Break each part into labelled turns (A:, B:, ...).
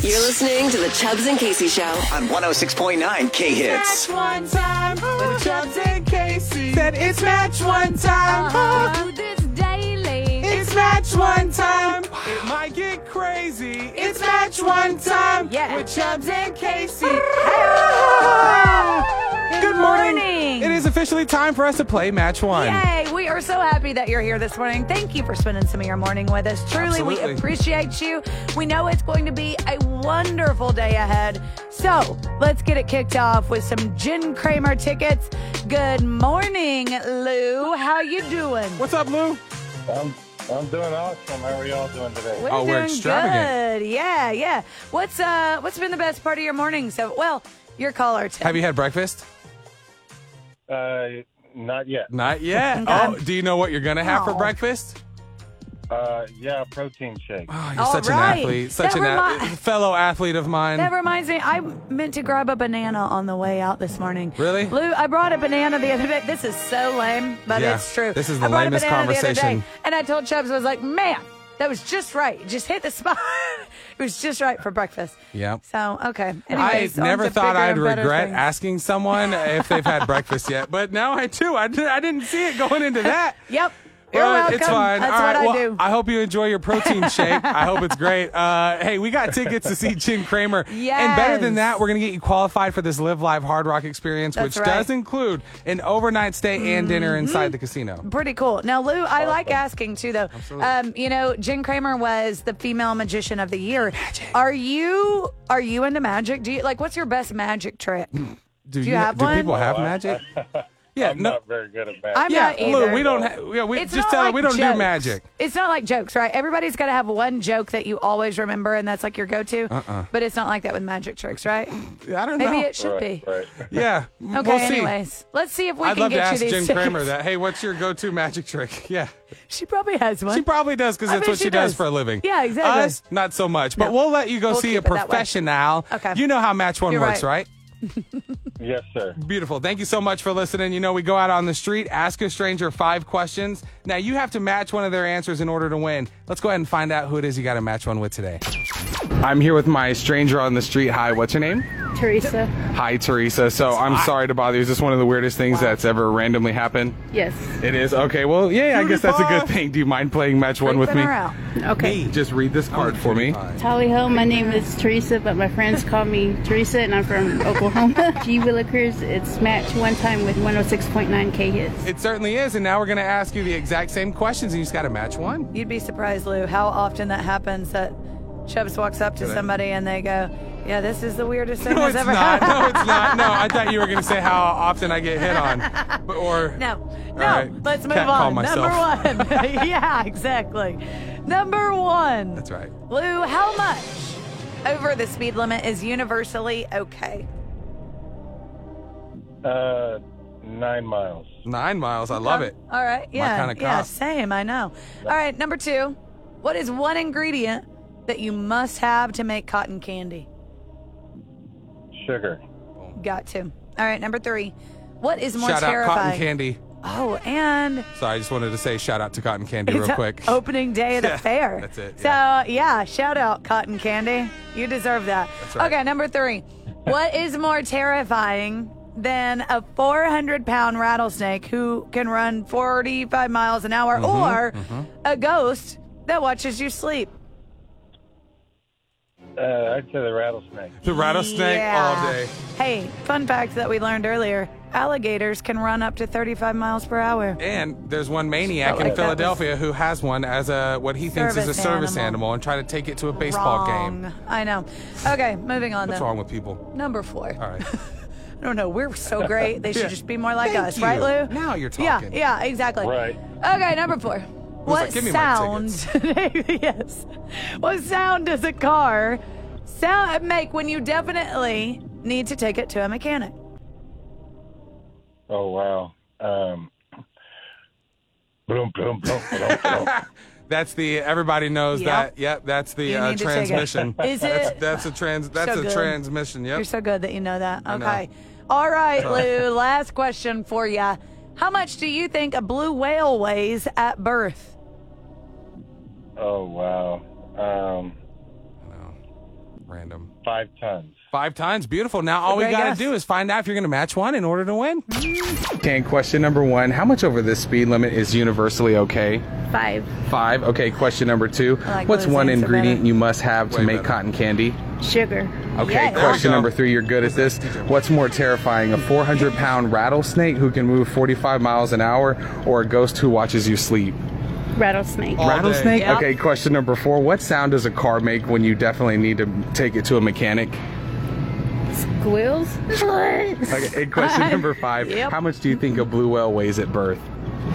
A: You're listening to the Chubbs and Casey Show.
B: on 106.9 K Hits.
C: one time with Chubbs and Casey. Said it's match one time.
D: do Oh, this daily.
C: It's match one time. It might get crazy. It's match one time
D: Yeah.
C: with Chubbs and Casey.
D: Good
C: Good morning.
D: morning.
C: It is officially time for us to play match one.
D: Yay! We are so happy that you're here this morning. Thank you for spending some of your morning with us. Truly,
C: Absolutely.
D: we appreciate you. We know it's going to be a wonderful day ahead. So let's get it kicked off with some Jen Kramer tickets. Good morning, Lou. How you doing?
C: What's up, Lou?
E: I'm, I'm doing awesome. How are y'all doing today?
D: We're
C: Oh, we're
D: doing
C: extravagant.
D: good. Yeah, yeah. What's uh what's been the best part of your morning? So well, your caller too.
C: Have you had breakfast?
E: Uh, not yet.
C: Not yet.
D: Okay.
C: Oh, do you know what you're gonna have for
D: No.
C: breakfast?
E: Uh, yeah, protein shake.
C: Oh, you're
D: All
C: such
D: right.
C: an athlete, such
D: That
C: an a-
D: remi-
C: fellow athlete of mine.
D: That reminds me, I meant to grab a banana on the way out this morning.
C: Really?
D: Lou, I brought a banana the other day. This is so lame, but
C: Yeah,
D: it's true.
C: this is
D: I
C: the
D: brought
C: lamest
D: a banana The other
C: conversation.
D: day, and I told Chubbs, I was like, man, that was just right. It just hit the spot. it was just right for breakfast.
C: Yep.
D: So, okay.
C: I
D: Anyways, on
C: never
D: to
C: thought
D: bigger
C: I'd
D: and better
C: regret
D: things.
C: asking someone if they've had breakfast yet, but now I do. I, did, I didn't see it going into that.
D: Yep. You're
C: Well,
D: welcome.
C: it's fine.
D: That's
C: All right.
D: what
C: well,
D: I do.
C: hope you enjoy your protein shake. I hope it's great. Uh, hey, we got tickets to see Jim Kramer. And better than
D: Yes.
C: that, we're going to get you qualified for this Live Live Hard Rock experience,
D: That's
C: which
D: right. Mm-hmm.
C: does include an overnight stay and dinner inside the casino.
D: pretty cool. Now, Lou, I like asking too, though.
C: Absolutely.
D: Um, you know, Jen Kramer was the female magician of the year. Are you are you into magic? Do you like what's your best magic trick?
C: Do,
D: you have
C: do
D: one?
C: people have magic? Yeah,
E: I'm
C: no.
E: not very good at math.
D: I'm
C: yeah,
D: not
C: Lou,
D: either.
C: we don't have, yeah, we,
D: It's
C: just
D: not
C: tell her
D: like
C: we don't
D: jokes.
C: do magic.
D: It's not like jokes, right? Everybody's got to have one joke that you always remember, and that's like your go-to. Uh-uh. But it's not like that with magic tricks, right?
C: I don't
D: Maybe
C: know.
D: it should be.
E: right, right.
C: yeah.
D: Okay.
C: we'll see.
D: anyways, let's see if we
C: I'd
D: can
C: love
D: get
C: to
D: you
C: ask
D: these.
C: Jen
D: tickets.
C: Kramer that. Hey, what's your go-to magic trick? Yeah,
D: She probably has one.
C: she probably does because
D: I
C: that's
D: bet
C: what she,
D: she
C: does.
D: does.
C: for a living.
D: Yeah, exactly.
C: Us, not so much. But
D: No.
C: we'll let you go
D: We'll
C: see
D: keep
C: a
D: it that way.
C: professional.
D: Okay.
C: You know how Match One
D: You're
C: works, right?
D: right.
E: Yes, sir.
C: Beautiful. Thank you so much for listening. You know, we go out on the street, ask a stranger five questions. Now you have to match one of their answers in order to win. Let's go ahead and find out who it is you got to match one with today. I'm here with my stranger on the street. Hi, what's your name?
F: Teresa.
C: Hi, Teresa. So I'm sorry to bother you. Is this one of the weirdest things that's ever randomly happened?
F: Yes.
C: It is okay. Well, yeah, I guess that's a good thing. Do you mind playing match one with
D: Creeping
C: me?
D: her out.
F: Okay.
C: Just read this card for me.
F: Tally ho, my name is Teresa, but my friends call me Teresa, and I'm from Oklahoma. G Willikers, it's match one oh time with 106.9 K hits.
C: It certainly is, and now we're gonna ask you the exact same questions, and you just gotta match one.
D: You'd be surprised, Lou, how often that happens that Chubbs walks up to
C: Did I-
D: somebody and they go, Yeah, this is the weirdest thing
C: No,
D: that's
C: it's
D: ever
C: not.
D: happened.
C: No, it's not. No, I thought you were gonna say how often I get hit on, but, or
D: No, no,
C: All right.
D: let's move
C: Can't call
D: on.
C: myself.
D: Number one. yeah, exactly. Number one.
C: That's right.
D: Lou, how much over the speed limit is universally okay?
E: Uh, nine miles.
C: Nine miles. I love it.
D: All right. Yeah.
C: kinda
D: yeah,
C: cop.
D: same. I know. All right. Number two. What is one ingredient that you must have to make cotton candy?
E: Sugar.
D: Got to. All right. Number three. What is more
C: Shout out
D: terrifying?
C: Cotton Candy.
D: Oh, and
C: Sorry, I just wanted to say shout out to Cotton Candy
D: it's
C: real
D: a- oh,
C: quick.
D: opening day of the
C: Yeah,
D: fair.
C: that's it,
D: So, yeah, shout out Cotton Candy. You deserve that.
C: That's right.
D: Okay, number three. what is more terrifying than a 400 pound rattlesnake who can run 45 miles an
C: Mm-hmm,
D: hour or a ghost that watches you sleep?
E: Uh, I'd say the rattlesnake.
C: The rattlesnake all day.
D: Hey, fun fact that we learned earlier alligators can run up to 35 miles per hour.
C: And there's one maniac in
D: like that was-
C: Philadelphia who has one as a what he thinks is a
D: Service
C: service
D: animal.
C: animal, and trying to take it to a baseball
D: Wrong.
C: game.
D: I know. Okay, moving on
C: What's
D: then.
C: wrong with people?
D: Number four.
C: All right.
D: I don't know. We're so great. They should
C: Yeah.
D: just be more like
C: Thank
D: us,
C: you.
D: right, Lou?
C: Now you're talking.
D: Yeah, yeah, exactly.
E: Right.
D: Okay, number four. What
C: like, "Give me my
D: sound? yes. What sound does a car sound make when you definitely need to take it to a mechanic?
E: Oh, wow. Um, bloom, bloom, bloom, bloom, bloom.
C: That's the everybody knows
D: Yeah.
C: that. Yep, that's the
D: You
C: uh,
D: need to take it.
C: transmission.
D: Is
C: That's,
D: it-
C: that's a trans. That's
D: So
C: a
D: good.
C: transmission. Yep.
D: You're so good that you know that.
C: know.
D: Okay. All right, Lou. Last question for you. How much do you think a blue whale weighs at birth?
E: Oh, wow. Um,
C: Random.
E: Five tons.
C: Five times. Beautiful. Now all we
D: Great
C: got to
D: guess.
C: do is find out if you're going to match one in order to win. Okay, question number one How much over this speed limit is universally okay?
F: Five.
C: Five. Okay, question number two
D: like
C: What's
D: those
C: one
D: answer
C: ingredient
D: better.
C: you must have to
G: Way
C: make
G: better.
C: cotton candy?
F: Sugar.
C: Okay, question
D: Yes.
G: There we go.
C: number three. You're good at this. What's more terrifying, a 400 pound rattlesnake who can move 45 miles an hour or a ghost who watches you sleep?
F: Rattlesnake.
G: All day.
C: rattlesnake?
D: Yep.
C: Okay, question number four. What sound does a car make when you definitely need to take it to a mechanic?
F: Squills.
C: Okay, and question number five.
D: Yep.
C: How much do you think a blue whale weighs at birth?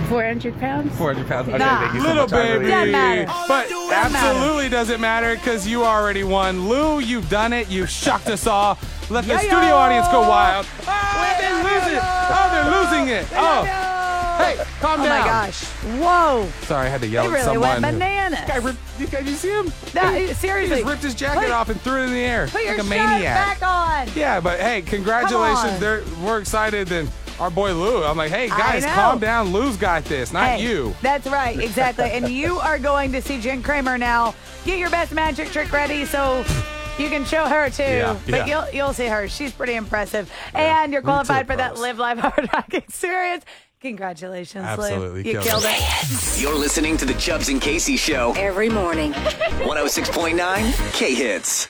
F: 400 pounds.
C: 400 pounds. Okay,
D: Nah.
C: thank you so
G: Little
C: much. I really
G: baby.
D: Doesn't matter.
C: But absolutely doesn't matter because you already won. Lou, you've done it. You've shocked us all. Let the
D: Yeah-yo.
C: studio audience go wild.
D: Ah,
C: Oh, they lose it. Oh, they're losing it. Oh, hey, calm
D: Oh
C: down.
D: my gosh. Whoa.
C: Sorry, I had to
D: They
C: yell at
D: really
C: someone.
D: went bananas.
C: Guy ripped, you, guys, you see him?
D: That-
C: he,
D: seriously.
C: He just ripped his jacket
D: Put-
C: off and threw it in the air
D: Put your
C: like a
D: shirt
C: maniac.
D: back on.
C: Yeah, but hey,
D: Come on.
C: congratulations. They're, we're excited. And our boy Lou, I'm like, hey,
D: I
C: guys,
D: know.
C: calm down. Lou's got this, not
D: Hey,
C: you.
D: That's right, exactly. and you are going to see Jen Kramer now. Get your best magic trick ready so you can show her too.
C: Yeah, yeah.
D: but you'll you'll see her. She's pretty impressive. and
C: Leave
D: you're
C: it to
D: qualified
C: the
D: for that
C: pros.
D: live live hard rock experience. Congratulations,
C: Absolutely
D: Lou. You
C: killed
D: killed
C: it.
D: it.
B: You're listening to the Chubbs and Casey Show,
A: Every morning.
B: 106.9 K Hits.